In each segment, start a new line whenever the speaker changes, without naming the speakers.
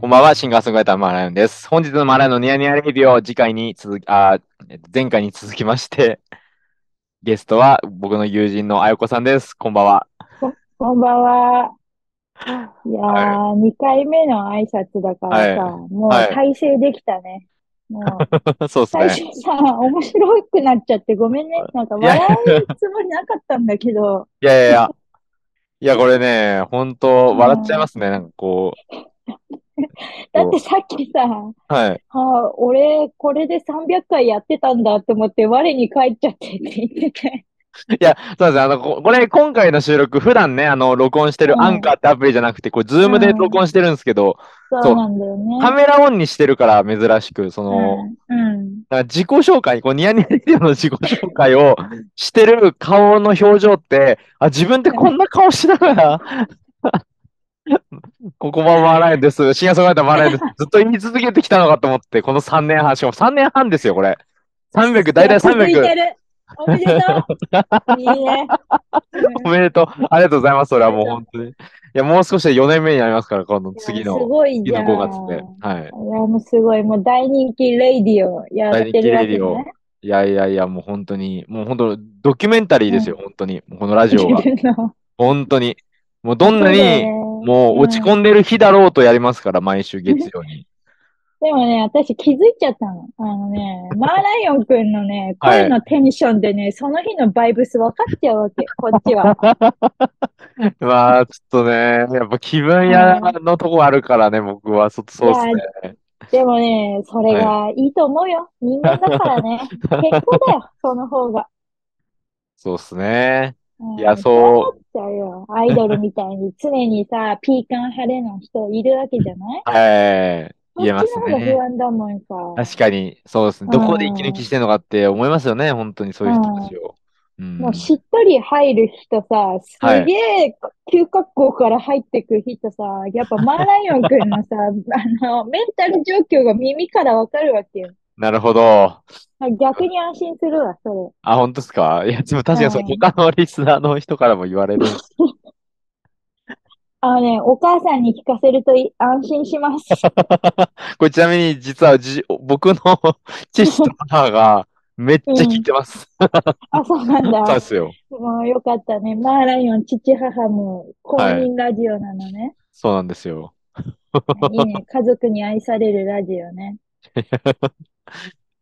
こんばんは、シンガーソングライターのマーライオンです。本日のマーライオンのニヤニヤレビューを次回に続き、あ、えっと前回に続きまして、ゲストは僕の友人のあよこさんです。こんばんは。
こんばんは。いやー、2回目の挨拶だからさ、もう
はい
大成できたね。 もう、
そうです
最
ね。
初さ、面白くなっちゃってごめんね。なんか
いや
笑うつもりなかったんだけど、
いやいやいや。いや、これね、本当笑っちゃいますね。なんかこ
だってさっきさ、
う、はい。
あー、俺、これで300回やってたんだって思って、我に返っちゃってって言ってて。
いや、そうですね。あの、ここれ、今回の収録、普段ね、あの、録音して
う
る
ん
アンカーってアプリじゃなくて、こう、ズームで録音してるんですけど、
そう
そう
なんだよね。
カメラオンにしてるから珍しく、その、
うん、うん。
だから自己紹介、こうニヤニヤレディオの自己紹介をしてる顔の表情って、あ、自分ってこんな顔しながら、 ここは笑いです。深夜ソングライター笑いです。ずっと言い続けてきたのかと思って、この3年半、しかも3年半ですよ、これ。300、大体
いや続い
300。
てる。おめでと う。いいね。うん
おめでとう。ありがとうございます。それはもう本当に。いや、もう少しで4年目になりますから、今度、次
いやす
の、
ごい
次
じゃ
の
ん。
5月で。はい。
いや、もうすごい、もう大人気レイディオやってるわけね。
いやいやいや、もう本当に、もう本当、ドキュメンタリーですよ、本当に。このラジオは。
の。
本当に。もうどんな
そうだよね
に、もう落ち込んでる日だろうとやりますから、毎週月曜に。
でもね、私気づいちゃったの。あのね、マーライオンくんのね、
はい
声のテンションでね、その日のバイブス分かっちゃうわけ、こっち は。
まあ、ちょっとね、やっぱ気分屋のとこあるからね、僕は、そそうですね。
でもね、それがいいと思うよ。人間だからね。 結構だよ、その方が。
そうですね。
うん
いや、そ、
思っちゃうよ。アイドルみたいに常にさ、ピーカン派手な人いるわけじゃないう
はい、
こっ
言えま
ち
す
の方が
ね
不。安だもんさ。
確かに、そうですね。どこで息抜きしてるのかって思いますよね、本当にそういう人たちを。うん
もうしっとり入る人さ、
はい
すげえ急格好から入ってく人さ、やっぱマーライオンくんの さ、あの、メンタル状況が耳からわかるわけよ。
なるほど。
逆に安心するわ、そ
あ、本当ですかいや、でも確かにそう、
うん
他のリスナーの人からも言われる。
れ。あのね、お母さんに聞かせるとい安心し ます。
これちなみに実はじ僕の 父と母がめっちゃ聞いてます。
あ、そうなんだ
そう。ですよ。
もうよかったね。マーライオン、父、母も公認ラジオなのね。
そうなんですよ。
いい ね。家族に愛されるラジオね。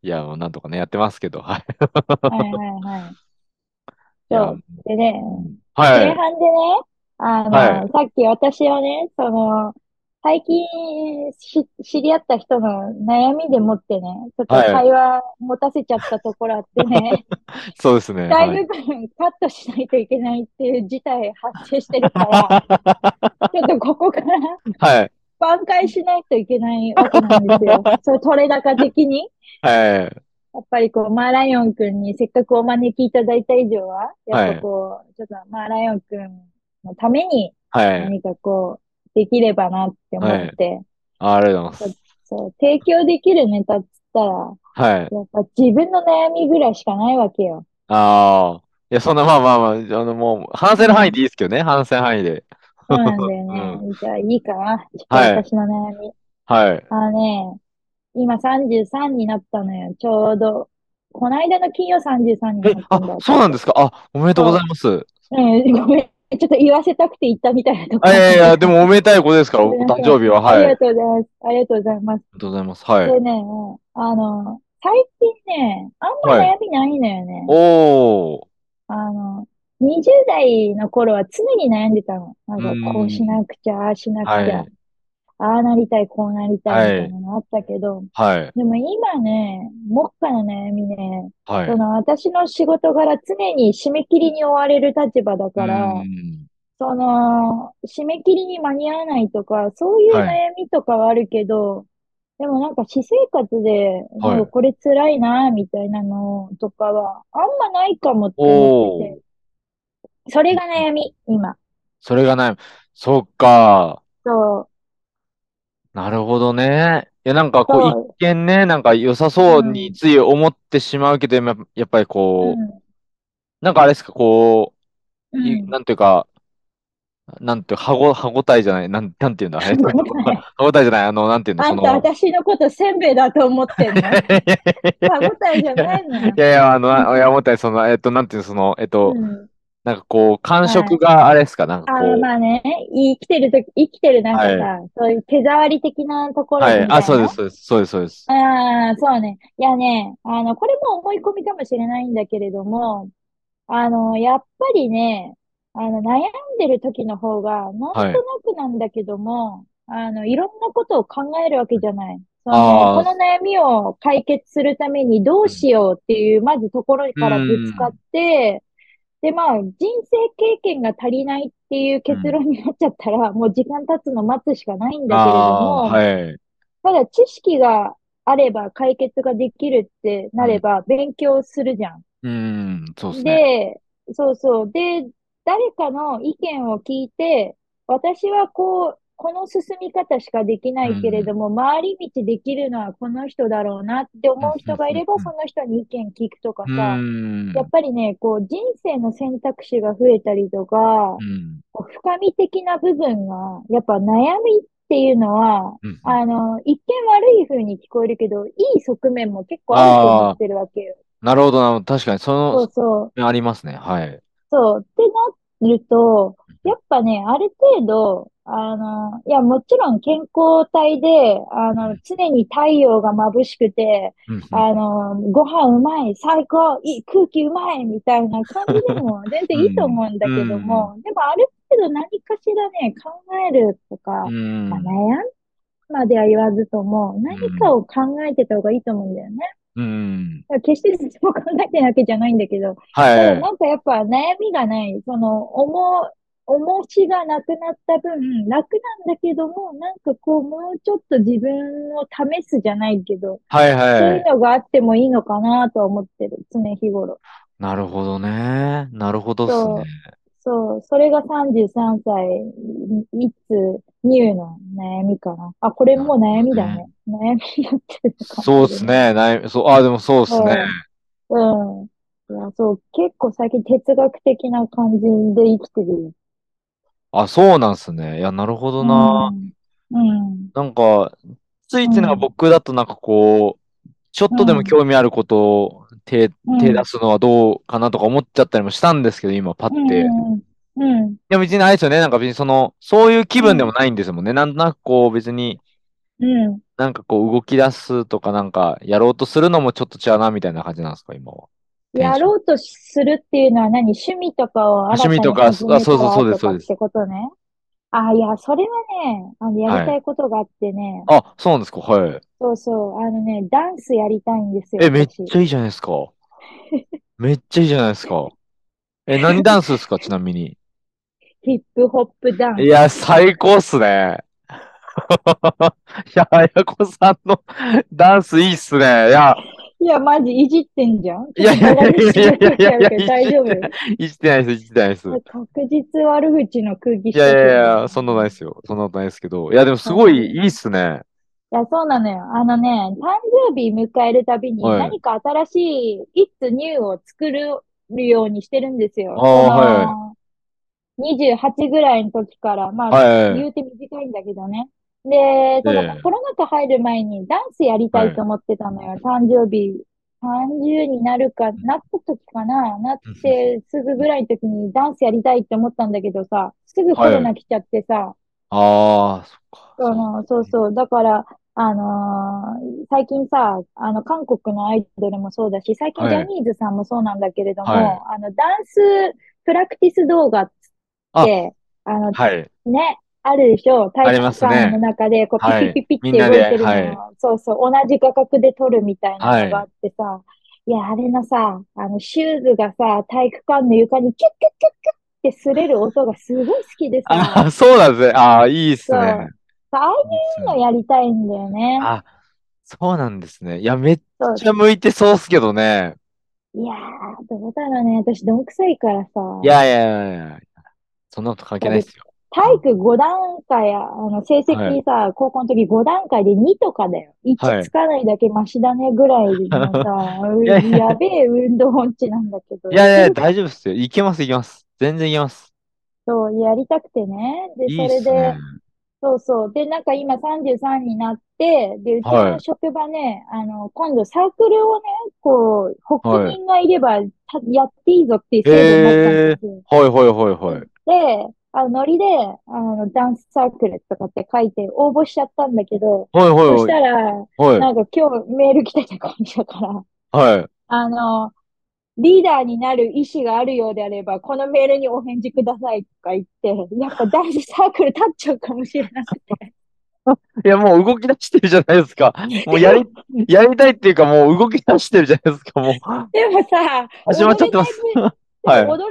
いや、もうなんとかね、やってますけど。はい。
はいは いはい。
いや
そう。でね、
は
前
い。
半でね、あの、
はい
さっき私はね、その、最近し知り合った人の悩みでもってね、ちょっと
はい
会話持たせちゃったところあってね、
そうですね。
大
はい
部分カットしないといけないっていう事態発生して るから、ちょっとここから
はい。
挽回しないといけないわけなんで すよ。そう、取れ高的に。
はい。
やっぱりこう、マーライオンくんにせっかくお招きいただいた以上は、やっぱこう、ちょっとマーライオンくんのために、
はい。
何かこう、できればなって思って、
あありがとうございます。
そう、提供できるネタっつったら、
はい。
やっぱ自分の悩みぐらいしかないわけよ。
ああ。いや、そんな、まあまあまあ、あの、もう、話せる範囲でいいですけどね。話せる範囲で。
そうなんだよね。じゃあいいかな。ちょっと私の悩み。
はい。
あのね、今33になったのよ。ちょうど。この間の金曜33に
え
なっ、たんだ。
あ、。そうなんですすか。あ、おめでとうございます。
うん、ごめん。ちょっと言わせたくて言ったみたいなとこ
あいやいや、でもおめでたいことですから、お
ごめんな
誕
さい
生日は。はい。あ
あ
りが
りがとうございます。ありがとうございます。
とうございます。はい。
でね、あの、最近ね、あんま悩みないのよね。
おー。
あの、20代の頃は常に悩んでたの。なん
うん
か、こうしなくちゃ、ああしなくち
は
ゃ
い、
ああなりたい、こうなりたいみたいなのあったけど、
はい。
でも今ね、目下の悩みね、
はい。
その私の仕事柄常に締め切りに追われる立場だから、
うん
その、締め切りに間に合わないとか、そういう
はい
悩みとかはあるけど、でもなんか私生活で、
はい
なんかこれ辛いな、みたいなのとかは、あんまないかもって思ってて、それが悩み、今。
それがない。そっか。
そ
なるほどね。いや、なんかこ
そう
う、一見ね、なんか良さそうについ思ってしまうけど、やっぱやっぱり
う。う
こ
ん。
う、なんかあれですか、こ
う
う、い
ん。
なんていうか、なんて、歯ご、歯ごたえじゃない、なん、なんていうんだ、あれ。
ごたえ。
歯ごたえじゃない、あの、なんていうんだ、
あ
そ
んた
の、
私のことせんべいだと思って んの歯ごたえじゃないの
い
よ。
やいや、あの、あいや、思ったより、その、えっと、なんていうの、その、えっと、
うん。
なんかこう、感
は
触
い。
があれですか、なんか
あの、
こ
まあね、生きてるとき、生きてる
う、
なん
は
か
い、
さ、そういう手触り的なところ
は
で
い、
み
あ、
たい
そうで
な。
す、そうです、そうです、そうです。
ああ、そうね。いやね、あの、これも思い込みかもしれないんだけれども、あの、やっぱりね、あの、悩んでる時の方が、なん
はい。
となくなんだけども、あの、いろんなことを考えるわけじゃない。その、
あ
こ
あ、
の悩みを解決するためにど
う。
うんしようっていう、まずところ
う
からぶつか
ん。
って、で、まあ、人生経験が足りないっていう
う
結
ん。
論になっちゃったら、もう時間経つの待つしかないんだけれど
ああ、
も、
はい。
ただ知識があれば解決ができるって
う
なれ
ん。
ば勉強するじゃん。
うん、そうですね。
で、そうそう。で、誰かの意見を聞いて、私はこう、この進み方しかできな
う
いけれ
ん。
ども、回り道できるのはこの人だろうなって
うん、
思う
う
人
ん、
が
う
い
ん、
れば、
う
そ
ん。
の人に意見聞くとか
う
さ、やっ
ん。
ぱりね、こう、人生の選択肢が増えたりとか、
うん。
こう深み的な部分が、やっぱ悩みっていうのは、
うんうん
あの、一見悪い風に聞こえるけど、いい側面も結構あると思っ
ああ、
てるわけよ。
なるほどな。確かに、そ
そうそう。
の、ありますね。はい。
そう。ってなると、やっぱね、ある程度、あの、いや、もちろん健康体で、あ
う
の、
ん。
常に太陽が眩しくて、
うん、うん。
あの、ご飯うまい、最高、いい、空気うまい、みたいな感じでも全然
う
いいと
ん。
思うん
う
だけど
ん。
も、でもある程度何かしらね、考えると
う
か、まあ、
ん。
悩んまでは言わずとも、
う
何か
ん。
を考えてた方がいいと思うんだよね。
うん。
決してそれも考えてるわけじゃないんだけど、た
は
だ
い。
なんかやっぱ悩みがない、その重、重しがなくなった分、楽なんだけども、なんかこうもうちょっと自分を試すじゃないけど、
はい
そう
はいい。
うのがあってもいいのかなとは思ってる、常日頃。
なるほどね。なるほどっすね。
そう、そう、それが33歳、いつ、ニューの悩みかな。あ、これ
なる
もう
ほ
悩
ど
みだ
ね。
ね。悩みになってるかも
そうっ
しれ
す
な
ね。
い。
ない、そう、あ、でもそうっすね。
うんうん。いや、そう、結構最近哲学的な感じで生きてる。
あ、そうなんすね。いや、なるほど
う
な。
ん。うん。
なんか、ついうついなんか
ん。
僕だとなんかこう、ちょっ
う
とでも
ん。
興味あることを手、
う
手出
ん。
すのはどうかなとか思っちゃったりもしたんですけど、今パッ
う
て。
ん。うん。
でも別にあれですよね。なんか別にその、そういう気
う
分で
ん。
もないんですもんね。なんとなくこう別に、
うん。
なんかこう動き出すとかなんか、やろうとするのもちょっと違うなみたいな感じなんですか、今は。テン
や
ション。
ろうとするっていうのは何趣味とかを
趣
新
味
た
と
に
か、あ、そ
始
う
め
そう
た
そう、そ
ら
うです、
と
そ
か
う
っ
です。
てことね。あ、いや、それはね、あの、やり
は
た
い。
いことがあってね、
あ、そうなんですか、はい。
そうそう、あのね、ダンスやりたいんですよ、
え、めっ
私。
ちゃいいじゃないですか。めっちゃいいじゃないですか。え、何ダンスですか、ちなみ に。
ヒップホップダ
い
ン
や、
ス。
最高っすね。 いや、あやこさんのダンスいいっすね。いや、
いや、マジいじってんじゃんち
い
ょ
や
っと
いやい
バカ
や
に
い
して
や
る
いやいやいや、い
時あるけど大
じってない、いじってないです、い
丈夫
じってないです。
これ確実悪口の空気
い
し
やい
とく
や
よね。
いや、そんなことないですよ。そんなことないですけど。いや、でもす
う
ごいい
ん。
いっすね。
いや、そうなのよ。あのね、誕生日迎えるたびに
はい。
何か新しい、いつニューを作るようにしてるんです
あ
よ。そ
あ、はい。
の、28ぐらいの時から、まあ、
は
言うて短いんだけどね。で、
い。
その
え
コロナ禍入る前にダンスやり
は
たいと
い。
思ってたのよ。誕生日30になるか、なった時かな、なってすぐぐらいの時にダンスやりたいって思ったんだけどさ、すぐコロ
はい。
ナ来ちゃってさ、
ああ、そっか、
そ
そう
の、そうそう。だから、あのー最近さ、あの、韓国のアイドルもそうだし、最近ジ
は
ャ
い。
ニーズさんもそうなんだけれど
はい。
も、あの、ダンスプラクティス動画っつっ
あ、
て、あの、
はい。
ね、あるでしょ。
あ
体
り
育
ます
館の
ね。
中で、こう、ピ
は
ピ
い。
ピピっ
みん
て
な
動い
で、
てる
は
の
い。
を、そうそう、同じ画角で撮るみたいな
は
のがあ
い。
ってさ、いや、あれのさ、あの、シューズがさ、体育館の床にキュッキュッキュッキュッって擦れる音がすごい好きで
あ
さ、
あ、そうなんですね。ああ、いいっすね。
そう。ああい
いいっす
うの
ね。
やりたいんだよね。
あ、そうなんですね。いや、めっ
そう。
ちゃ向いてそうっすけどね。
いやー、どうだろうね。私、どんくさいからさ。
いやいやいやいや、そんなこと関係
だっ、
ないってすよ。う
体
ん。
育5段階、あの、成
はい。
績さ、高校の時5段階で2とかだよ。1
は
つ
い。
かないだけマシだねぐらいのさ、
いや
う
いや、
やべえ運動音痴なんだけ
い
ど、
やい
す
や、
ぐ、
大丈夫っすよ。いけます、いけます。全然いけます。
そう、やりたくてね。で、
いい
そ
っ
れ
すね。
で、そうそう。で、なんか今33になって、で、うちの
は
職場ね、あの、今度サークルをね、こう、
い。
発起
はい。
人がいればたやっていいぞっていう制度になったんで
え
すよ。
ー、はいはいはいはい。
で、あの、ノリで、あの、ダンスサークルとかって書いて応募しちゃったんだけど、
はい
そし
は
たら、
いはい。
なんか今日メール来てた感じだから、
はい。
あの、リーダーになる意思があるようであれば、このメールにお返事くださいとか言って、やっぱ男子サークル立っちゃうかもしれなくて。
いや、もう動き出してるじゃないです か。もうやり、やりたいっていうか、もう動き出してるじゃないです か。もう、
でもさ、
始まっ
踊
ちゃっ
れ
て
な
ま
い
す。は
部、で
い。
も踊れない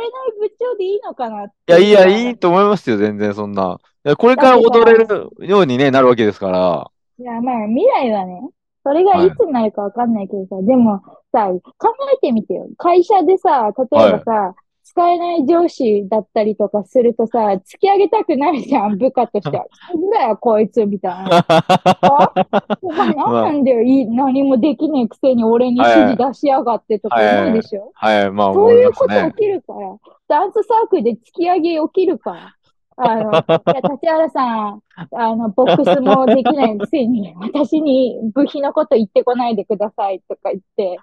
部長でいいのかな
い
って
や、い
いう
や、
の
い
は、
いと思いますよ、全然、そんな。いやこれ
だ
から
ってさ、
踊れるようにね、なるわけですから。
いや、まあ、未来はね、それが
はいい。
つになるかわかんないけどさ、でもさ、考えてみてよ。会社でさ、例えば
はい。
さ、使えない上司だったりとかするとさ、突き上げたくなるじ ゃん、部下としては。なんだよ、こいつ、みたいな。あお前何な
ま
んだよ、いい、何もできねえくせに俺に
あ、は
指示
い。
出しやがってとか思う
は
で
い。
しょ
はい。まあ、
そう
思い
い
ま
う
す
こと
ね。
起きるから、ダンスサークルで突き上げ起きるから。あ の、いや、立原さん、あの、ボックスもできないくせに、私に部費のこと言ってこないでくださいとか言って、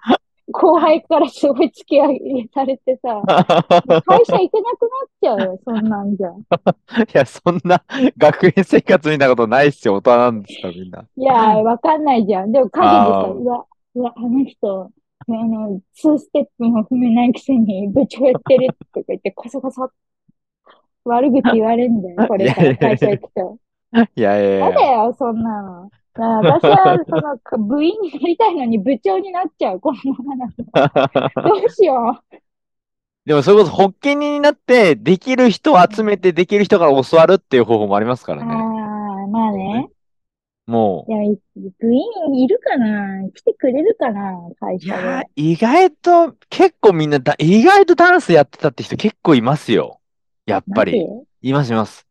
後輩からすごい突き上げされてさ、もう会社行けなくなっちゃうよ、そんなんじゃ。
いや、そんな学園生活みたいなことないっすよ。大人なんですから、みんな。
いやー、わかんないじゃん。でも陰でさ、
あ
うわ、うわ、あの人、あの、2ステップも踏めないくせに部長やってるとか言って、こそこそ悪口言われるんだよ、
あ。
こ
い
れ
や
から
いや
会社
い
行くと。
や。いやいや
や
い
だ
や。
よ、そんなの。だから私は、その、か部員になりたいのに部長になっちゃう、このまま だと。どうしよ
でも、それこそ、発起人になって、できる人を集めて、できる人から教わるっていう方法もありますか
う。
ら
あ
ね。
あ、まあ
そう
ね。
ね。も
いや、い部員いるかな来てくれるかな会
う、い
社
やー、
で。
意外と、結構みんなだ、意外とダンスやってたって人結構いますよ。やっ
マ
ぱ
ジ
り。います、います。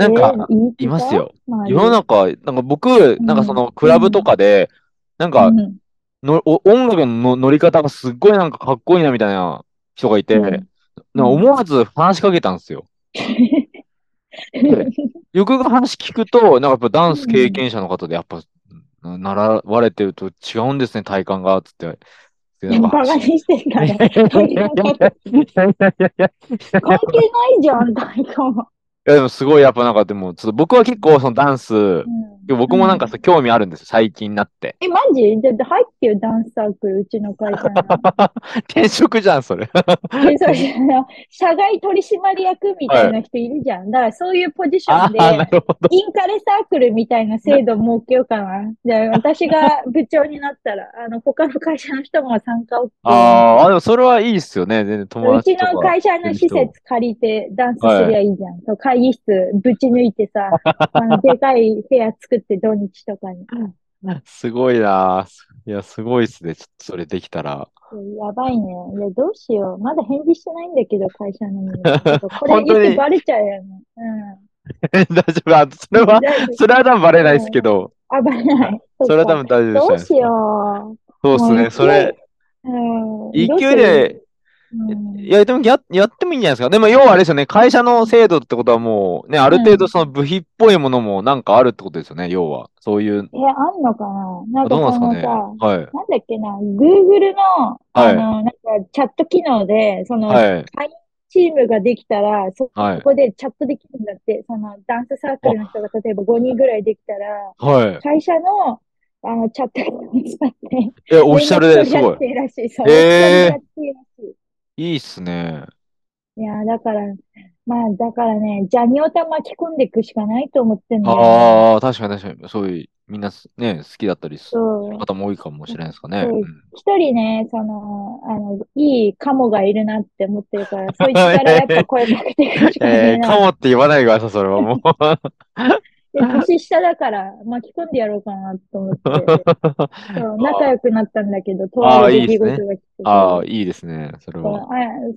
え
なん
ー、
か、
言い
い
聞い
ま
た
すよ。
周
世の
り。
中、なんか僕、
う
なんかそ
ん、
のク
う
ラブと
ん、
かで、なん
う
か
ん、
の、お音楽の乗り方がすっごいなんかかっこいいなみたいな人がいうて、
ん、
なんか
うん。
思わず話しかけたんですよ。で、よくよく話聞くと、なんかやっぱダ
う
ンス経
ん
験者の方で、やっぱ、な習われてると違うんですね、体感が、つって。で、なんか
バカ
話、
にしてん
い
だ
やい
ろ。
やいやい
体
やい
感
や
が
いやいやいやいやいや
関係ないじゃん、体感は。
いや、でもすごい、やっぱなんかでも、ちょっと僕は結構そのダンス、
うん、
僕
う
もなんか
ん。
そう興味あるんですよ、最近になって。
え、マジじゃ、入ってよ、ダンスサークル、うちの会社の。
転職じゃん、それ。
え、それ、あの、社外取締役みた
はいい。
な人いるじゃん。だから、そういうポジション
ああ、な
で、
るほど。
インカレサークルみたいな制度設けようかな。で、私が部長になったら、あの、他の会社の人も参加 OK み た
あ
い
あ、でもそれはいいっすよね。全然
な。
友
うち
達と
の
か
会社
い
の
る
施
人。
設借りてダンスす
は
りゃ
い。
いいじゃん。そう、会議室ぶち抜いて さ、あの、でかい部屋作って土日とかに。
すごいなー。いや、すごいっすね。ちょっとそれできたら。
やばいね。いや、どうしよう。まだ返事してないんだけど、会社のに。ちょっとこれ
本
言っ
当
て
に
バレちゃうよね。
大丈夫。あ、それは、それ
うん。大丈
は多分バレないですけ
夫。
ど。
うん。あ、バレない。そ
そ
っ
れは多
か。
分大丈夫じ
ど
ゃ
う
ないです
し
か。
よ
そう
う。
っす
もう
ね。そ
勢い、
れ、
うん、どう
勢
す
い
る
で、
う
い
ん。
や、でもや、やってもいいんじゃないですか。でも、要はあれですよね。会社の制度ってことはもう、ね、あ
う
る程度
ん。
その部費っぽいものもなんかあるってことですよね。要は。そういう、
え、あんのかななん
ど
か
うなんで
そ
すか
のさ、
ね。はい。
なんだっけな、Google の、あ
はい。
の、なんかチャット機能で、その、
はい。
会員チームができたら、そ
はい。
こでチャットできるんだって、その、ダンスサークルの人
あ、
が例えば5人ぐらいできたら、
はい。
会社の、あの、チャット機能を使って
え、オフィ
連
シャ
絡
ルで
取り
す
合っ
ごい。
ていいらしい。そう、オフィシャルで
え
やっ
え
ていいらしい。
いいっすね。
いやー、だから、まあ、だからね、ジャニオタ巻き込んでいくしかないと思ってんだよね。
ああ、確かに確かに。そういう、みんなすね、好きだったりすする
そう。
方も多いかもしれないですかね。
そうう、
ん。
一人ね、その、あの、いいカモがいるなって思ってるから、そいつからやっぱ声かけていくしか
えー、
ねえ
か
な。
もって言わないでください、それはも う。
で、年下だから巻き込んでやろうかなと思って、そう、仲
あ
良くなったんだけど、とあ
あ
る
ー、い
出
いです
来事
ね。
がきっかけ
ああ、
で、
いいですね、それ
そう、
は。
あ、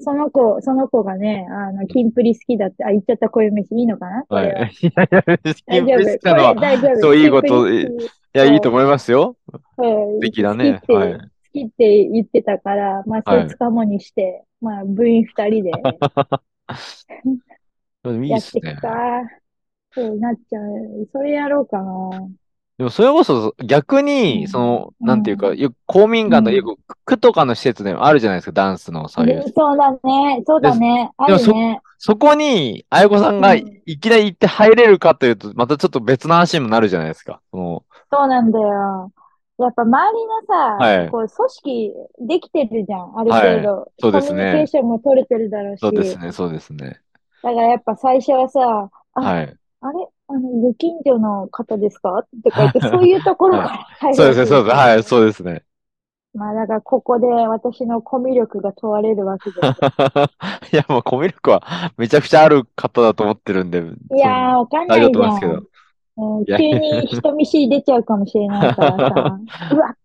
その子、その子がね、あの、キンプリ好きだって、あ、言っちゃった、こういう飯いいのかなこ
は
れ
い。
は。
いやいや、 スキ
大
ンプリ好きなの
丈夫。これ大丈
は、
夫。
そう、いい
キン
こ
プリ好
と、いいい
き。
や、いいと
そ
思いますよ。
う、
素
うん、好
敵だ
きっ
ね。は
て、
い。
好きって言ってたから、まあ、そ
はい
つ
い。
かもにして、まあ、部員二人で、
でもいい
や
っ
っ
す
てい
ね
く。か。そうなっちゃう。それやろうかな。
でもそれこそ逆
う
に、
ん
その、
う
なんていうんか、よく公民館とか
うん
よく区とかの施設でもあるじゃないですか、ダンスのそうい
で
う。
そうだね。そうだね。あ
でも
る
そ
ね。
そこに、あやこさんが
う
い
ん
いきなり行って入れるかというと、またちょっと別の話にもなるじゃないですか。その、
そうなんだよ。やっぱ周りのさ、
はい
こう組織できてるじゃん。ある程度。
そうですね
コミュニケーションも取れてるだろうし。
そうですね、そうですね。
だからやっぱ最初はさ、あ
はい。
あれあの、ご近所の方ですかって書 いて、そういうところから入る
そうですね、そうですね。はい、
う。
そうですね。
まあだからここで私のコミュ力が問われるわけで すよ。
いや、もうコミュ力はめちゃくちゃある方だと思ってるんで、
いやー、わかん
大
な
丈夫だ
い
と
じ
思い
ゃ
ますけ
ん。
ど。
うん
いや
急に人見知り出ちゃうかもしれないから さ。うわっっ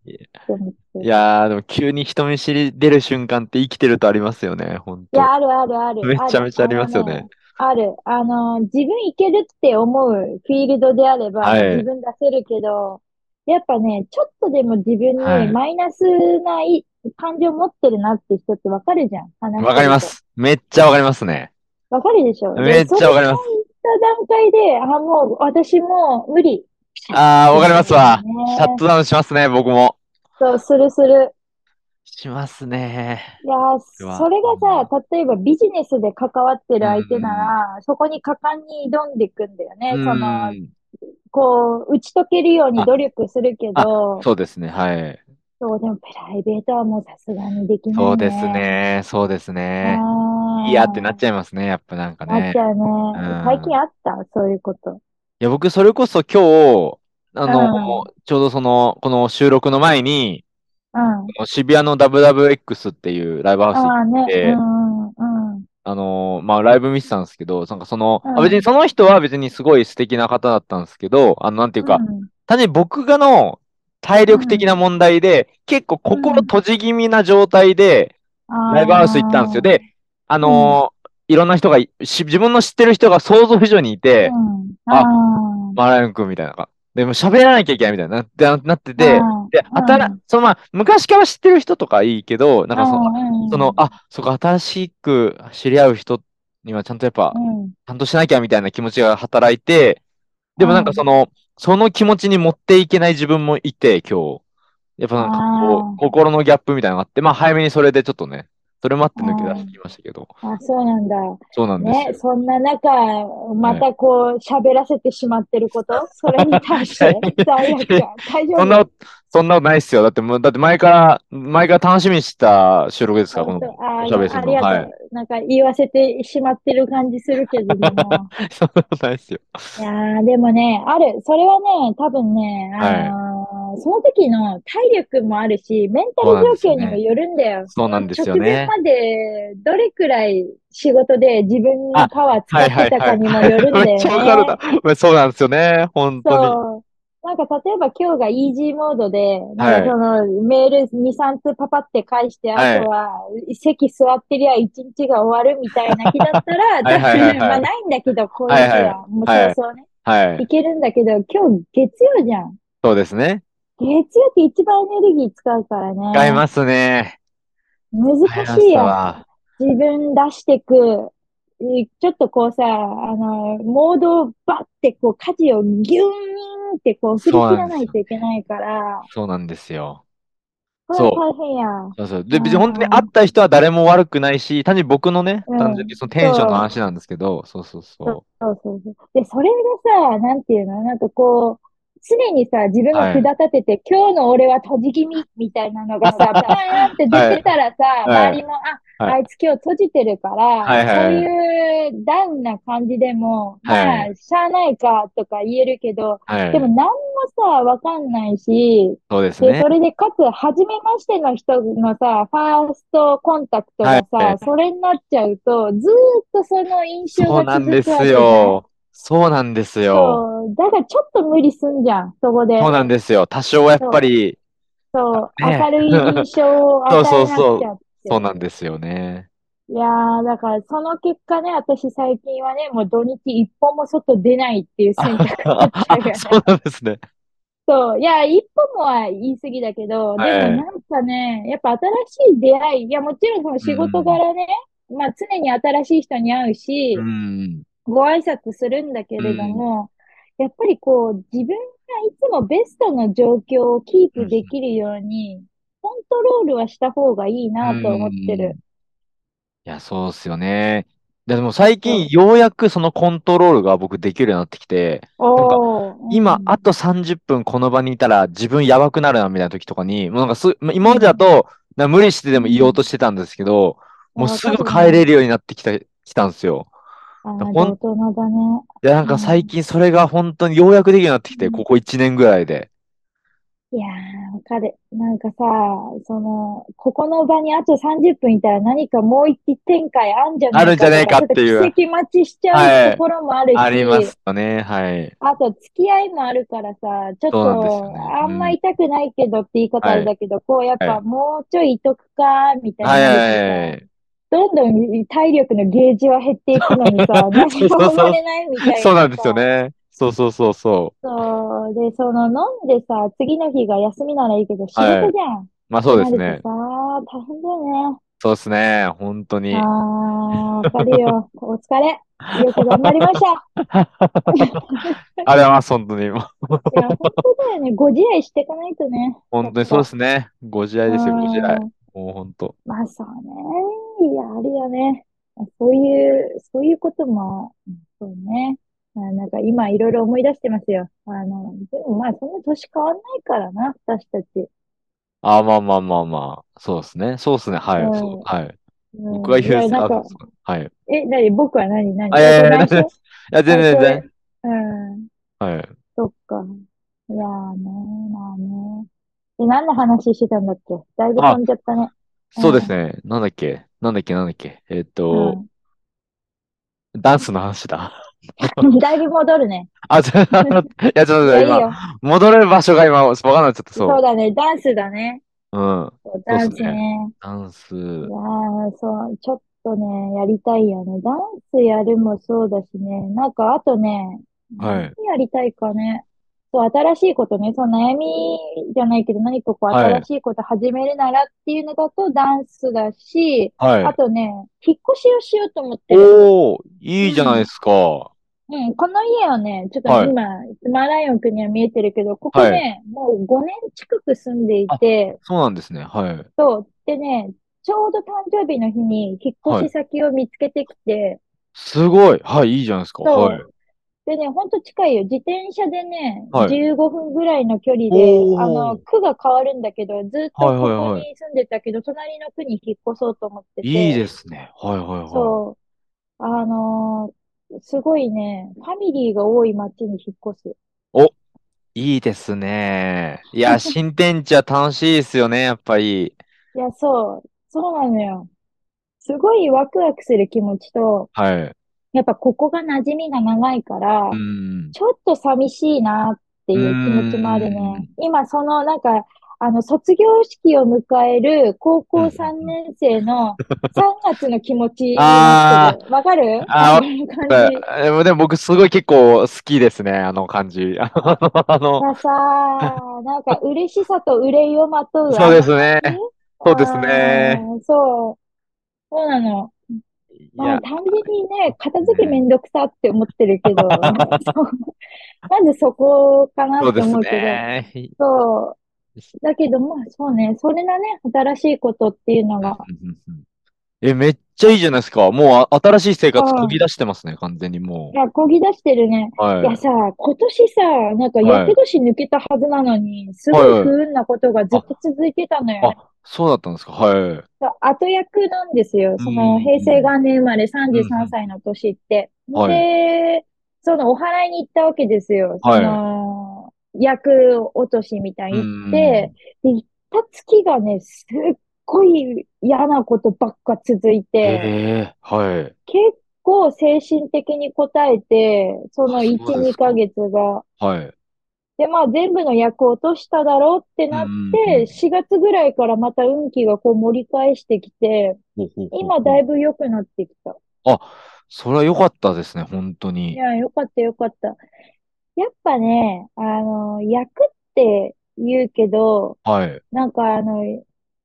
て思って。
いやー、でも急に人見知り出る瞬間って生きてるとありますよね、ほん
い
と。
や、あるあるある。
めちゃ
ある
めちゃありますよね。
あのねある。あの、自分いけるって思うフィールドであれば、
はい
自分出せるけど、やっぱね、ちょっとでも自分
は
に
い
マイナスない感情持ってるなって人ってわかるじゃん。話
わかりま
してる
す。めっちゃわかりますね。
と。わかるでしょ。で
めっちゃわかります。
それが言った段階で、あ、もう私もう無理。
あー、わかりますわ。
ね
シャットダウンしますね、僕も。
そう、するする。
しますね。
いやー、
れは
それがさ、例えばビジネスで関わってる相手なら、そこに果敢に挑んでいくんだよね。
う
その、
ん。
こう、打ち解けるように努力するけど、
そうですね、はい。
そう、でもプライベートはもうさすがにできない
そうです
ね。
ね、そうですね。
あー
いやってなっちゃいますね、やっぱなんか
なっ
ね
ち。ゃうね。
うん
最近あったそういうこと。
いや、僕、それこそ今日、あ
う
の、ちょうどその、この収録の前に、
うん。
渋谷の WWX っていうライブハウス
ああね。
で
うんうんうん。
あのーまあ、ライブ見てたんですけど、なんかその、あ
うん
別にその人は別にすごい素敵な方だったんですけど、あの、なんていうか、
うん
単に僕がの体力的な問題で、結構心閉じ気味な状態で、
あー
ライブハウス行ったんですよ。で、あのーいろんな人がい、し自分の知ってる人が想像以上にいて
う、ん。
あ
あ
マライオン君みたいなのが。でも喋らなきゃいけないみたいな、な、なって
ー
て
う、ん
で、あたら、
うん
そのまあ、昔から知ってる人とかいいけど、なんかその、
うんうん
その、あ、そこ新しく知り合う人にはちゃんとやっぱ
う、ん
ちゃんとしなきゃみたいな気持ちが働いて、でもなんかその、その気持ちに持っていけない自分もいて、今日。やっぱなんかこ
あー
う、心のギャップみたいなのがあって、まあ早めにそれでちょっとね、それもあって抜け出してきましたけど、
あ、そうなんだ。
そうなんです
ね
よ。、、
そんな中、またこう、喋らせてしまってること、それに対して 罪悪感、大丈
そ
夫
んな、そんなことないっすよ。だってもう、だって前から、前から楽しみにしてた収録ですから、この、
本当あー
おしゃべりする
あ
の
りがとう、
はい
なんか言わせてしまってる感じする けど、でも
そんなことないっすよ。
いやーでもね、ある、それはね、多分ね、あのーその時の体力もあるし、メンタル状況にもよるんだよ。
そうなんですよ
直前
ね。
までどれくらい仕事で自分のパワー使
はい
っ
は
て
い
た
は
か
い
にも
はい。
よるんだよ
めっちゃわかる
ね。
なまあ。そうなんですよね。本当に。
そう。なんか例えば今日がイージーモードで、なんかそのメール2、3通パパって返して、
はい
あとは席座ってりゃ1日が終わるみたいな日だったら、
はいはいはいはい
だってまあないんだけど、こういう日
はい
は、もうそうそうね、
はい
い。けるんだけど、今日月曜じゃん。
そうですね。
月曜って一番エネルギー使うからね。
使いますね。使いま
難
す
しいよ。
わ。
自分出してく、えちょっとこうさ、あの、モードをバッてこう、舵をギューンってこう、振り切らないといけないから、
そうなんですよ。
これ
そう
は大変や。
そうそう。で、
うん
別に本当に会った人は誰も悪くないし、単に僕のね、
うん
単純にそのテンションの話なんですけど、そうそうそ
そうそうそう。で、それがさ、なんていうの、なんかこう、常にさ、自分が
はい
砕立てて、今日の俺は閉じ気味みたいなのが さ、バーンって出てたらさ、
はい
周りも、あ、
はい
あいつ今日閉じてるから、
いはいはい
そういうダウンな感じでも、まあ、
は
しゃあないかとか言えるけど、
う。は
でも
い。
何もさ、わかんないし、
そうです
で、
ね
そ。れで、かつ、初めましての人のさ、ファーストコンタクトが
は
さ
い、
それになっちゃうと、ずーっとその印象
そう
が
なん
続
で
くわ
す
けじゃない
よ。そうなんですよ。
そう、だからちょっと無理すんじゃん、そこで。
そうなんですよ。多少はやっぱり、
そう、
ね
明るい印象を与えなくちゃって。
そうなんですよ ね。
いやー、だからその結果ね、私最近はね、もう土日一歩も外出ないっていう選択にな
あ
っちゃうよ ね
そうなんですね。
そう、いや、一歩もは言い過ぎだけど、でも
はい
なんかね、やっぱ新しい出会い、いや、もちろんその仕事柄ね、まあ常に新しい人に会うし
う、ん。
ご挨拶するんだけれども、やっぱりこう、自分がいつもベストな状況をキープできるように、コントロールはした方がいいなと思って
うん
る。
いや、そうっすよね。ででも最近ようやくそのコントロールが僕できるようになってきて、なんか
おー
今
うん
あと30分この場にいたら自分やばくなるなみたいな時とかに、もうなんかす、まあ今までだとな無理してでも言おうとしてたんですけど、もうすぐ帰れるようになってきた、きたんですよ。
あー
ほん
大人だね。
いや、なんか最近それが本当にようやくできるようになってきて、
うん
ここ1年ぐらいで。
いやー、わかる。なんかさ、その、ここの場にあと30分いたら何かもう一展開あんじゃない
あるんじゃねえか
とか
っていう
ちょっと奇跡待ちしち
は
ゃ
いう
ところもある
ありま
し、
すよね。はい。
あと付き合いもあるからさ、ちょっ
そうなんですよね
と、あんま痛くないけどって言い方あれだけど、こうやっ
は
ぱもうちょいいとくか、みたい
はい
になる
はい
し
はいは
さ、
い。
どんどん体力のゲージは減っていく のにさ、何
そうそうそう
も生まれないみたい
そう
な
なんですよ
さ。
ね。そうそうそうそ
そう。で、その飲んでさ、次の日が休みならいいけど、仕
はい
事じゃん。
う。まあそうです
なる
ね。
とさ、大変だよね。
そうですね。本当に。
ああ、わかる よ。お疲れ。よく頑張りました。
あれは本当に、もう
いや、本当だよね。ご自愛していかないとね。
本当にそうですね。ご自愛ですよ、ご自愛
う。ん
もう本当。
まあそうね。いや、あるよね。そういう、そういうことも、うんそうね。あなんか今いろいろ思い出してますよ。あの、でもまあそんな年変わんないからな、私たち。
あ、まあまあまあまあ。そうですね。そうですね。はい。
うん
そうはい。
うん、
僕が
い
言
や
う、
なん
あ、
か、
そうはい。い
え、なに、僕は何、何、
あいやいや
大人でしょ
や、全然全
あ
然。
そううん。
はい。
そっか。いやーねまあね。え、何の話してたんだっけだいぶ飛んじゃったね。
そうですね。なんだっけなんだっけなんだっけえっ
う
と、ダンスの話だ。
ん。 だいぶ戻るね。
あ、ちょ、あ のいや、ちょっと待って、
いや、いい
今、
よ。
戻れる場所が今、わかんなくなっちゃった、
そ
そう
だね。ダンスだね。
う。うん。
そう、
そうっ
ダ
す
ンスね。
ダンス。
いやー、そう、ちょっとね、やりたいよね。ダンスやるもそうだしね。なんか、あとね、
はい。
何やりたいかね。そう、新しいことね。そう、悩みじゃないけど、何かこう、
はい
新しいこと始めるならっていうのだと、ダンスだし、あ
はい。
とね、引っ越しをしようと思ってる。
おー、いいじゃないですか。
うん、この家をね、ちょっと
はい
今、マーライオン君には見えてるけど、ここ
はい
ね、もう5年近く住んでいて、
そうなんですね。はい。
そう、でね、ちょうど誕生日の日に引っ越し先を見つけてきて、
すごい。はい、いいじゃないですか。
そう
はい。
でね、ほんと近いよ。自転車でね、
はい
15分ぐらいの距離で、
おー
あの、区が変わるんだけど、ずっと
はい
こ
はいはい
こに住んでたけど、隣の区に引っ越そうと思って
いい
て、
ですね。はいはいは
そう、あのーすごいね、ファミリーが多い町に引っ越す。
い。いいですね。いや、新天地は楽しいですよね、や っぱり。
いや、そう、そうなのよ。すごいワクワクする気持ちと、
はい。
やっぱここが馴染みが長いから
う、ん。
ちょっと寂しいなっていう気持ちもある
う
ね。今、そのなんか、あの、卒業式を迎える高校3年生の3月の気持 ちになってる。わかる
あー
こういう感じ。
でも、でも僕すごい結構好きですね、あの感じ。 あの、あの
がさ、なんか嬉しさと憂いをまとう
そうですね
あの感じ
そうですね。
あーそう。そうなの。
い
まあ、
や、
単純にね、片付けめんどくさって思ってるけど、 そうまずそこかな
そう
っ
で
て
す
思うけど、
ね。
そう。だけど、まあそうね、それだね、新しいことっていうのが。
え、めっちゃいいじゃないですか。もうあ新しい生活
うん
飛び出してますね、完全にも
いや、こぎ出してるね。
う。はい
いやさ、今年さ、なんか
はい
厄年抜けたはずなのに、す
はい
ご
はい
い不運なことがずっと続いてたのよね。
あ、そうだったんですか。はい。
そう後役なんですよ。そ
うん
の平成元年生まれ
うんう
33
ん
歳の年って。
は
で、そのお祓いに行ったわけですよ。
はい
その、役落としみたいに行って、で、行った月がね、すっごい嫌なことばっか続い
え
て、
えはい。
結構精神的に応えて、その
あそう
1、
です
2
か
ヶ月が。
はい。
で、まあ全部の役落としただろうってなっ
うんうんうん
て、4月ぐらいからまた運気がこう盛り返してきて、
ほうほうほう
今だいぶ良くなってきた。
あ、それは良かったですね、本当
い
に。
や、良かった良かった。やっぱね、あの、役って言うけど、
はい。
なんかあの、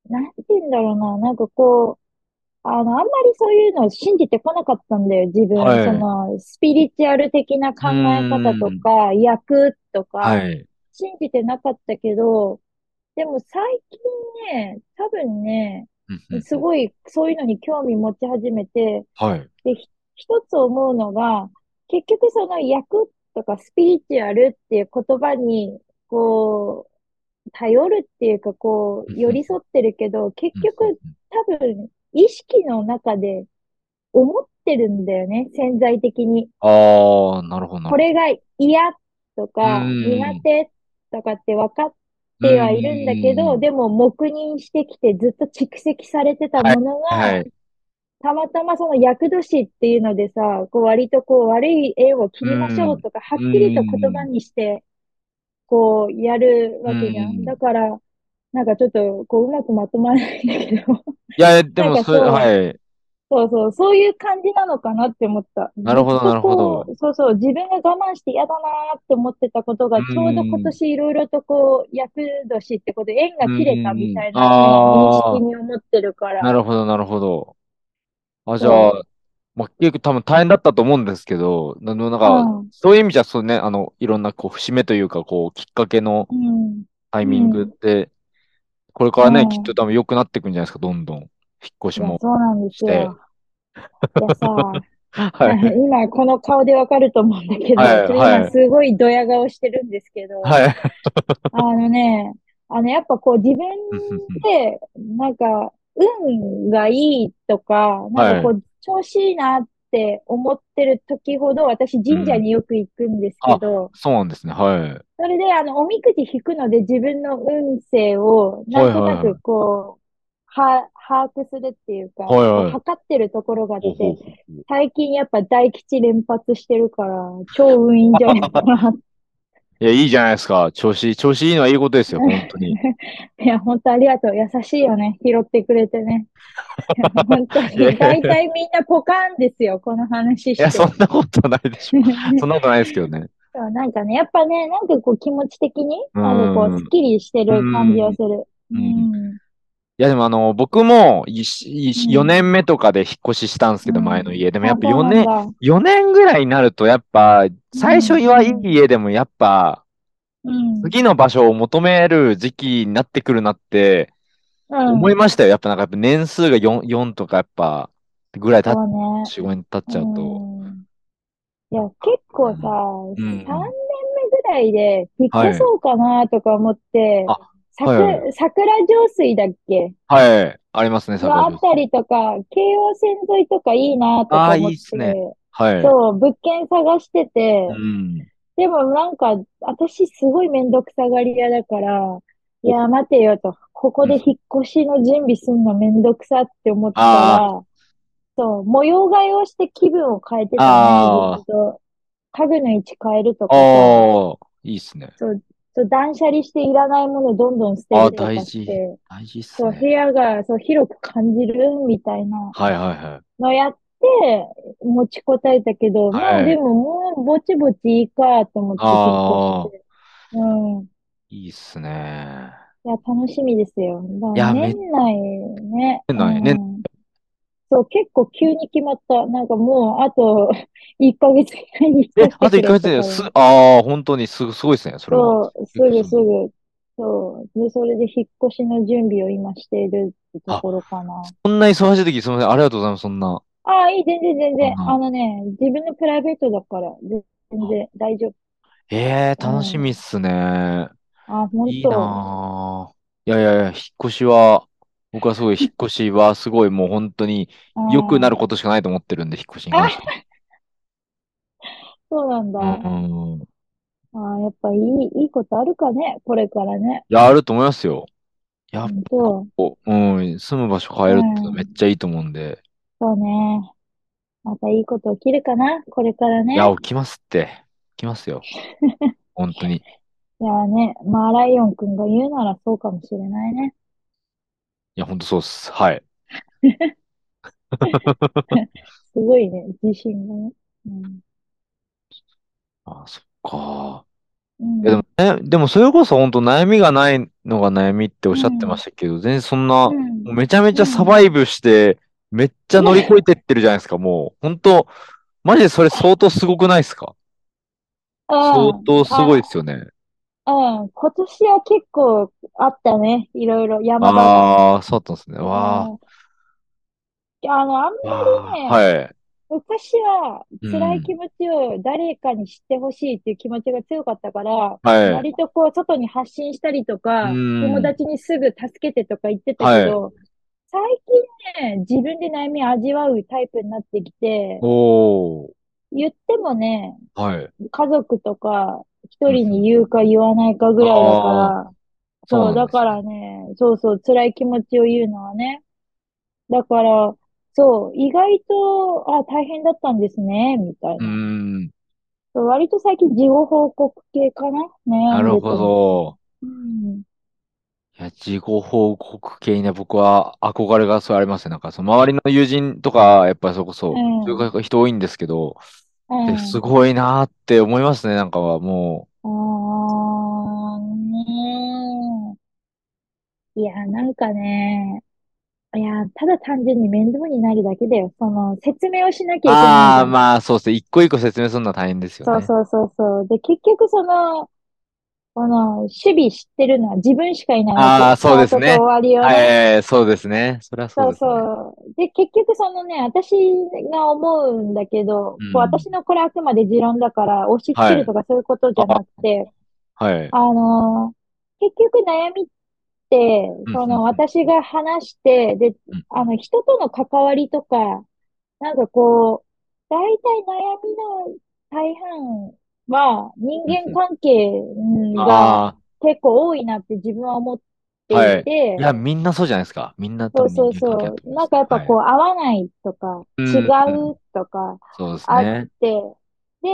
なんて言うんだろうな、なんかこあの、あんまりそういうのを信じてこなかったんだよ、自分。
はい
その、スピリチュアル的な考え方とか、役とか、
はい。
信じてなかったけど、でも最近ね、多分ね、
うんうん
すごいそういうのに興味持ち始めて、
はい。
で、ひ一つ思うのが、結局その役とかスピリチュアルっていう言葉に、こう、頼るっていうか、こ
うんう
う、
ん
寄り添ってるけど、結局多分意識の中で思ってるんだよね、潜在的に。
ああ、なるほど、なるほど。
これが嫌とか、
うん
苦手とかって分かってはいるんだけ
う
ど、
ん
でも黙認してきてずっと蓄積されてたものが、
はい。
たまたまその厄年っていうのでさ、こう割とこう悪い縁を切りましょうとか、はっきりと言葉にして、こうやるわけじゃ。
うんん
だから、なんかちょっとこううまくまとまらないんだけど、
いや、でも、
なんか
それ、
そう
はい。
そうそう、そういう感じなのかなって思った。
なるほど
ずっと
なるほど
こう、そうそう、自分が我慢して嫌だなーって思ってたことが、
うん
ちょうど今年いろいろとこう、厄年ってことで縁が切れたみたいな
うんあー
認識に思ってるから。
なるほど、なるほど。あ、じゃ
そ
あ、まあ、結構多分大変だったと思うんですけど、なのなんか、
うん
そういう意味じゃ、そうね、あの、いろんな、こう、節目というか、こう、きっかけの
うん。
タイミングって、これから
う
ね、
ん
きっと多分良くなっていくんじゃないですか、どんどん。引っ越し
いや、
も
そうなんです
して。
よ。いやさ、
はい。
今この顔でわかると思うんだけど、
はい
ちょっと
はい
今すごいドヤ顔してるんですけど、
はい。
あのね、あのやっぱこう自分で、なんか、運がいいとか、なんかこう、調子いいなって思ってる時ほど、私神社によく行くんですけど、
そうなんですね、はい。
それであの、おみくじ引くので自分の運勢を、なんとなくこう、は、把握するっていうか、
はいはい
測ってるところがあっ
ほうほう
て、
ほうい
最近やっぱ大吉連発してるから、超運いいんじゃないかなっ
や、いいじゃないですか。調子、調子いいのはいいことですよ、本当に。
て。いや、本当ありがとう。優しいよね。拾ってくれてね。いや本当
いやい
に。
や
大体みんなポカンですよ。この話
い や、
して
そんなことないでしょ。そんなことないですけどね。
そうなんかね、やっぱね、なんかこう気持ち的に、
うん
あの、こう、スッキリしてる感じがする。
う
うんん。
いや、でもあの、僕もいい
うん
4年目とかで引っ越ししたんですけど、
うん
前の家。でも
あ
やっぱ
そう
4
なん
年、
だ。
4年ぐらいになると、やっぱ、最初はいい家でもやっぱ、
うん。
次の場所を求める時期になってくるなって
うん。
思いましたよ。やっぱなんかやっぱ年数が 4, 4とかやっぱ、ぐらい経っ
そうね。
4、5年経っちゃうと。
うんいや、結構さ、3
ん
年目ぐらいで引っ越そうかなとか思って、
あ
さく
はいは
桜上水だっけ
はい、ありますね、
の
桜
あ
上
たりとか、京王線沿いとかいいなとか
あー
思っ
いい
て
っ、すねはい。
そう、物件探してて、
うん。
でもなんか、私すごいめんどくさがり屋だから、いや、待てよと、ここで引っ越しの準備すんのめんどくさって思ったら、そう、模様替えをして気分を変えて
あー
たね、ずっと。家具の位置変えるとかさ、
ああ、いいっすね。
そう、断捨離していらないものどんどん捨てるとか
あー大
し
事
て、
大事っす
そう、部
ね。
屋がそう広く感じるみたいな
はいはいはい。
のやって持ちこたえたけど、まあ
はい
でももうぼちぼちいいかと思って
あー
結婚して。うん。
いいっすね。
いや、楽しみですよ。
い
ま
や
あ、
め
年内ね。
年内ね
うんそう、結構急に決まった。なんかもう、あと 1ヶ月以内に
えあ
引っ、
と
越し
1
てく
ヶ
れ
月
と
で
か
す
言われて、
ああ、本当にす、すごいですね、それは。
そう、すぐすぐ。そう。で、それで引っ越しの準備を今しているってところかな。
そんな忙しい時、すみません、ありがとうございます、そんな。
ああ、いい、全然全然。
うん
あのね、自分のプライベートだから、全然大丈夫。
ええ楽しみっすね。
あ、本
いい
当。
なあいやいやいや、引っ越しは、僕はすごい、引っ越しはすごいもう本当に良くなることしかないと思ってるんで、引っ越しに関しては。
そうなんだ。
うん。い
ああ、やっぱいい、いいことあるかね、これからね。
や、あると思いますよ。やっ
本当。
ぱ、うん、住む場所変えるってのはめっちゃいいと思うんで。
そうね。またいいこと起きるかな、これからね。
いや、起きますって。起きますよ。本当に。
いやね、まあ、ライオンくんが言うならそうかもしれないね。
いや、本当そうっす。はい。
すごいね、自信がね。
あ、そっか。
うん。
いや、でもね、でもそれこそ本当悩みがないのが悩みっておっしゃってましたけど、全然そんな、
うん。
もうめちゃめちゃサバイブして、めっちゃ乗り越えてってるじゃないですか、もう。本当マジでそれ相当すごくないですか相
う
当すごいですよね。
ん。うん。今年は結構あったね。いろいろ山場が。
ああ、そうだったんですね。わ
うんいやあの、あん
あ。
まりね、
わあはい。
昔は
うん
辛い気持ちを誰かに知ってほしいっていう気持ちが強かったから、
はい。
割とこう、外に発信したりとか、
うん
友達にすぐ助けてとか言ってたけど、最近ね、自分で悩み味わうタイプになってきて、
おー。
言ってもね、
はい。
家族とか、一人に言うか言わないかぐらいだから、
そう
そ
な
う、
んですね
だからね、そうそう、辛い気持ちを言うのはね。だから、そう、意外と、あ、大変だったんですね、みたいう
ー
な。
ん。
そう割と最近、事後報告系かな
な
悩ん
る
で
ほ
たの。
ど。
うん。
いや、事後報告系には僕は憧れがそうありますね。なんか、その周りの友人とか、やっぱりそれこそ、
うん
そういう人多いんですけど、
う
で
ん。
すごいなーって思いますね。なんかはも
あーねーいや、なんかね、いや、ただ単純に面倒になるだけだよ。その、説明をしなき
う。
ゃいけないじ
あ
ゃ
あ、
ん。
まあそうですね。一個一個説明するのは大変ですよ
そう
ね。
そうそうそう。で、結局その、この、守備知ってるのは自分しかいないわけ。
ああ、そうです
スタート
ね
と終わりをね。
はい、そうですね。それはそう
そう
ですね。
そう。で、結局そのね、私が思うんだけど、
うん
こう私のこれあくまで持論だから、押し付けるとかそういうことじゃなくて、
はい。
あのー結局悩みって、
うん
そ
うんうん
の私が話して、で
ん、
あの、人との関わりとか、なんかこう、大体悩みの大半は人間関係うんが
あ
結構多いなって自分は思ってい
はい
て
あ、い、や、みんなそうじゃないですか。みんな
そ
多
う
分
そう
人間関係あ
そ
ると思
う、
い
な
ま
んかやっぱこう合わないとか、
うん
違
う
うとか
す。そうです
あっ
ね。
て、で、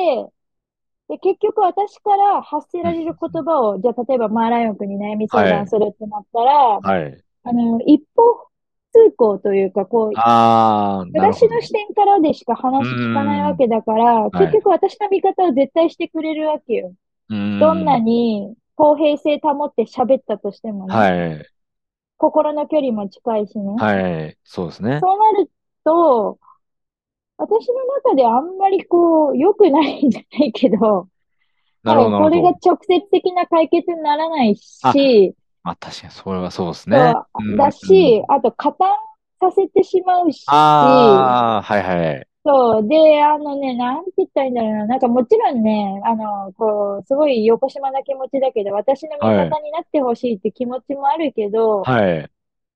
で、結局私から発せられる言葉を、じゃあ例えばマーライオン君に悩み相談するってなったら、
はい。
あの、一方通行というか、こう、
ああ、なる
私
ほ
の視点からでしか話聞かないわけだから、
はい
結局私の見方を絶対してくれるわけよ。
ど。う
どんなに公平性保って喋ったとしても
ーん
ね、
はい。
心の距離も近いしね。
はい。そうですね。
そうなると、私の中であんまりこう、良くないんじゃないけど、
なるほど、
こ
なる
れ
ほ
が
ど。
直接的な解決にならない
あ
し、
まあ確かに、それはそうです
そ
ね。
う
うん
だ
うん
し、あと加担させてしまうし、
ああ、はいはい。
そう。で、あのね、なんて言ったらいいんだろうな。なんかもちろんね、あの、こう、すごいよこしまな気持ちだけど、私の味方になってほしいって気持ちもあるけど、
はい。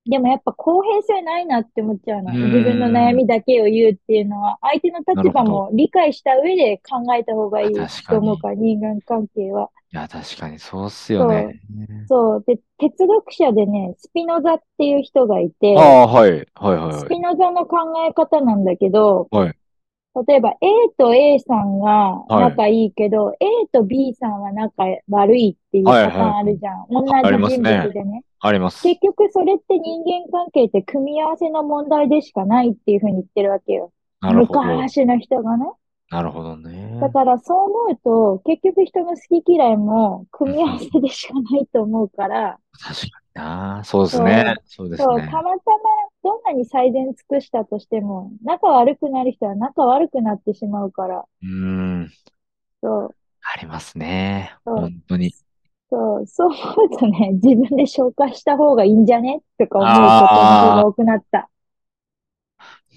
でもやっぱ公平性ないなって思っちゃうの。
うーん
自分の悩みだけを言うっていうのは、相手の立場
なる
も理解した上で考えた方がいい
あ確か
と思う
に
から、人間関係は。
いや、確かにそうっすよね。
そう。で、哲学者でね、スピノザっていう人がいて、
ああ、はい。はいはい
ス
は
ピ
い。
ノザの考え方なんだけど、
はい
例えば A と A さんが
はい
仲いいけど、A と B さんは仲悪いっていうパターンあるじゃん。
いはい
同じ人
あります
物
ね
でね。
あります。
結局それって人間関係って組み合わせの問題でしかないっていうふうに言ってるわけよ。
なるほど。
昔の人がね。
なるほどね。
だからそう思うと、結局人の好き嫌いも組み合わせでしかないと思うから、
確かにな。そうですね。そうです
そう、た
ね。
またまどんなに最善尽くしたとしても、仲悪くなる人は仲悪くなってしまうから、
うーん。
そう、
ありますね。
そう
本当に。
そう、そう思うとね、自分で消化した方がいいんじゃねとか思うことの方が多くなった。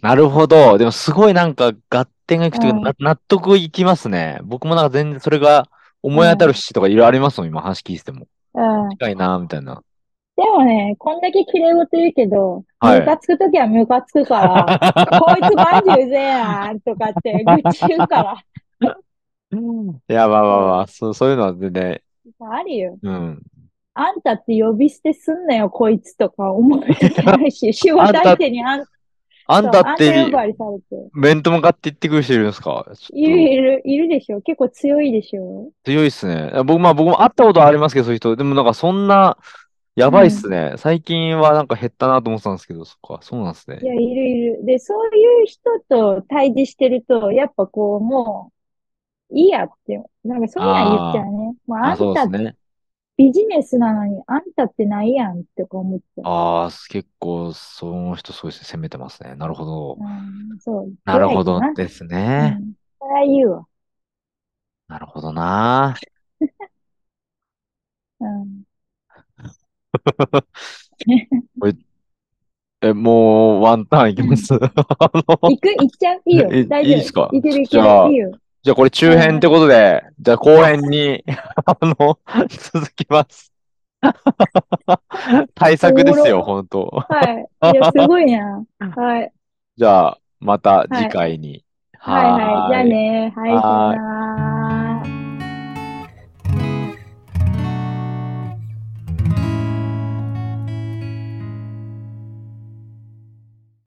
なるほど。でもすごいなんか合点がいくというか、
うん
な納得いきますね。僕もなんか全然それが思い当たるしとかいろいろありますもん、今話聞いてても。
うん。
近いな、みたいな。
でもね、こんだけ綺麗事言うけど、
はい
ムカつくときはムカつくから、 こいつバンジーうぜえやんとかって愚痴言うから、
いや、まあまあまあ、そう、そういうのは全然、
あるよ。
うん。
あんたって呼び捨てすんなよ、こいつとか思う時あるし、仕事相手にあん
あんたっ
そうあんた呼
て、
ばわりされて。
面と向かって言ってくる人いるんですかちょっと
いるいる、いるでしょ。結構強いでしょ。
強いっすね。僕、まあ僕も会ったことはありますけど、そういう人。でもなんかそんな、やばいっすね。最近はなんか減ったなと思ってたんですけど、そっか、そうなんです
い
ね。
や、いるいる。で、そういう人と対峙してると、やっぱこう、もう、いいやって、なんかそんなん言っちゃうね。もうあ
あ、
ん
そうで
た
すね。
ビジネスなのに、あんたってないやんってこう思っちゃう。
ああ、結構、その人すごいですね攻めてますね。なるほど。
うん、そう。
なるほど
偉い
です
な
ね
う。ん。それは言 うわ。
なるほどな。
うん。
え、もう、ワンタンいきます。あの
行く行っちゃういいよ
え。
大
い
丈
い
夫。
ですか
いけるい
じ
ける
ゃあ。
いいよ。
じゃあこれ中編ってことで、じゃあ後編に、 あの、続き ます。対策ですよ、
おも
本当。
はい。いや、すごいな。はい。
じゃあ、また次回に。
はいはい。じゃあ
ーい。
ね。は
は
い、
ーい
さよなら。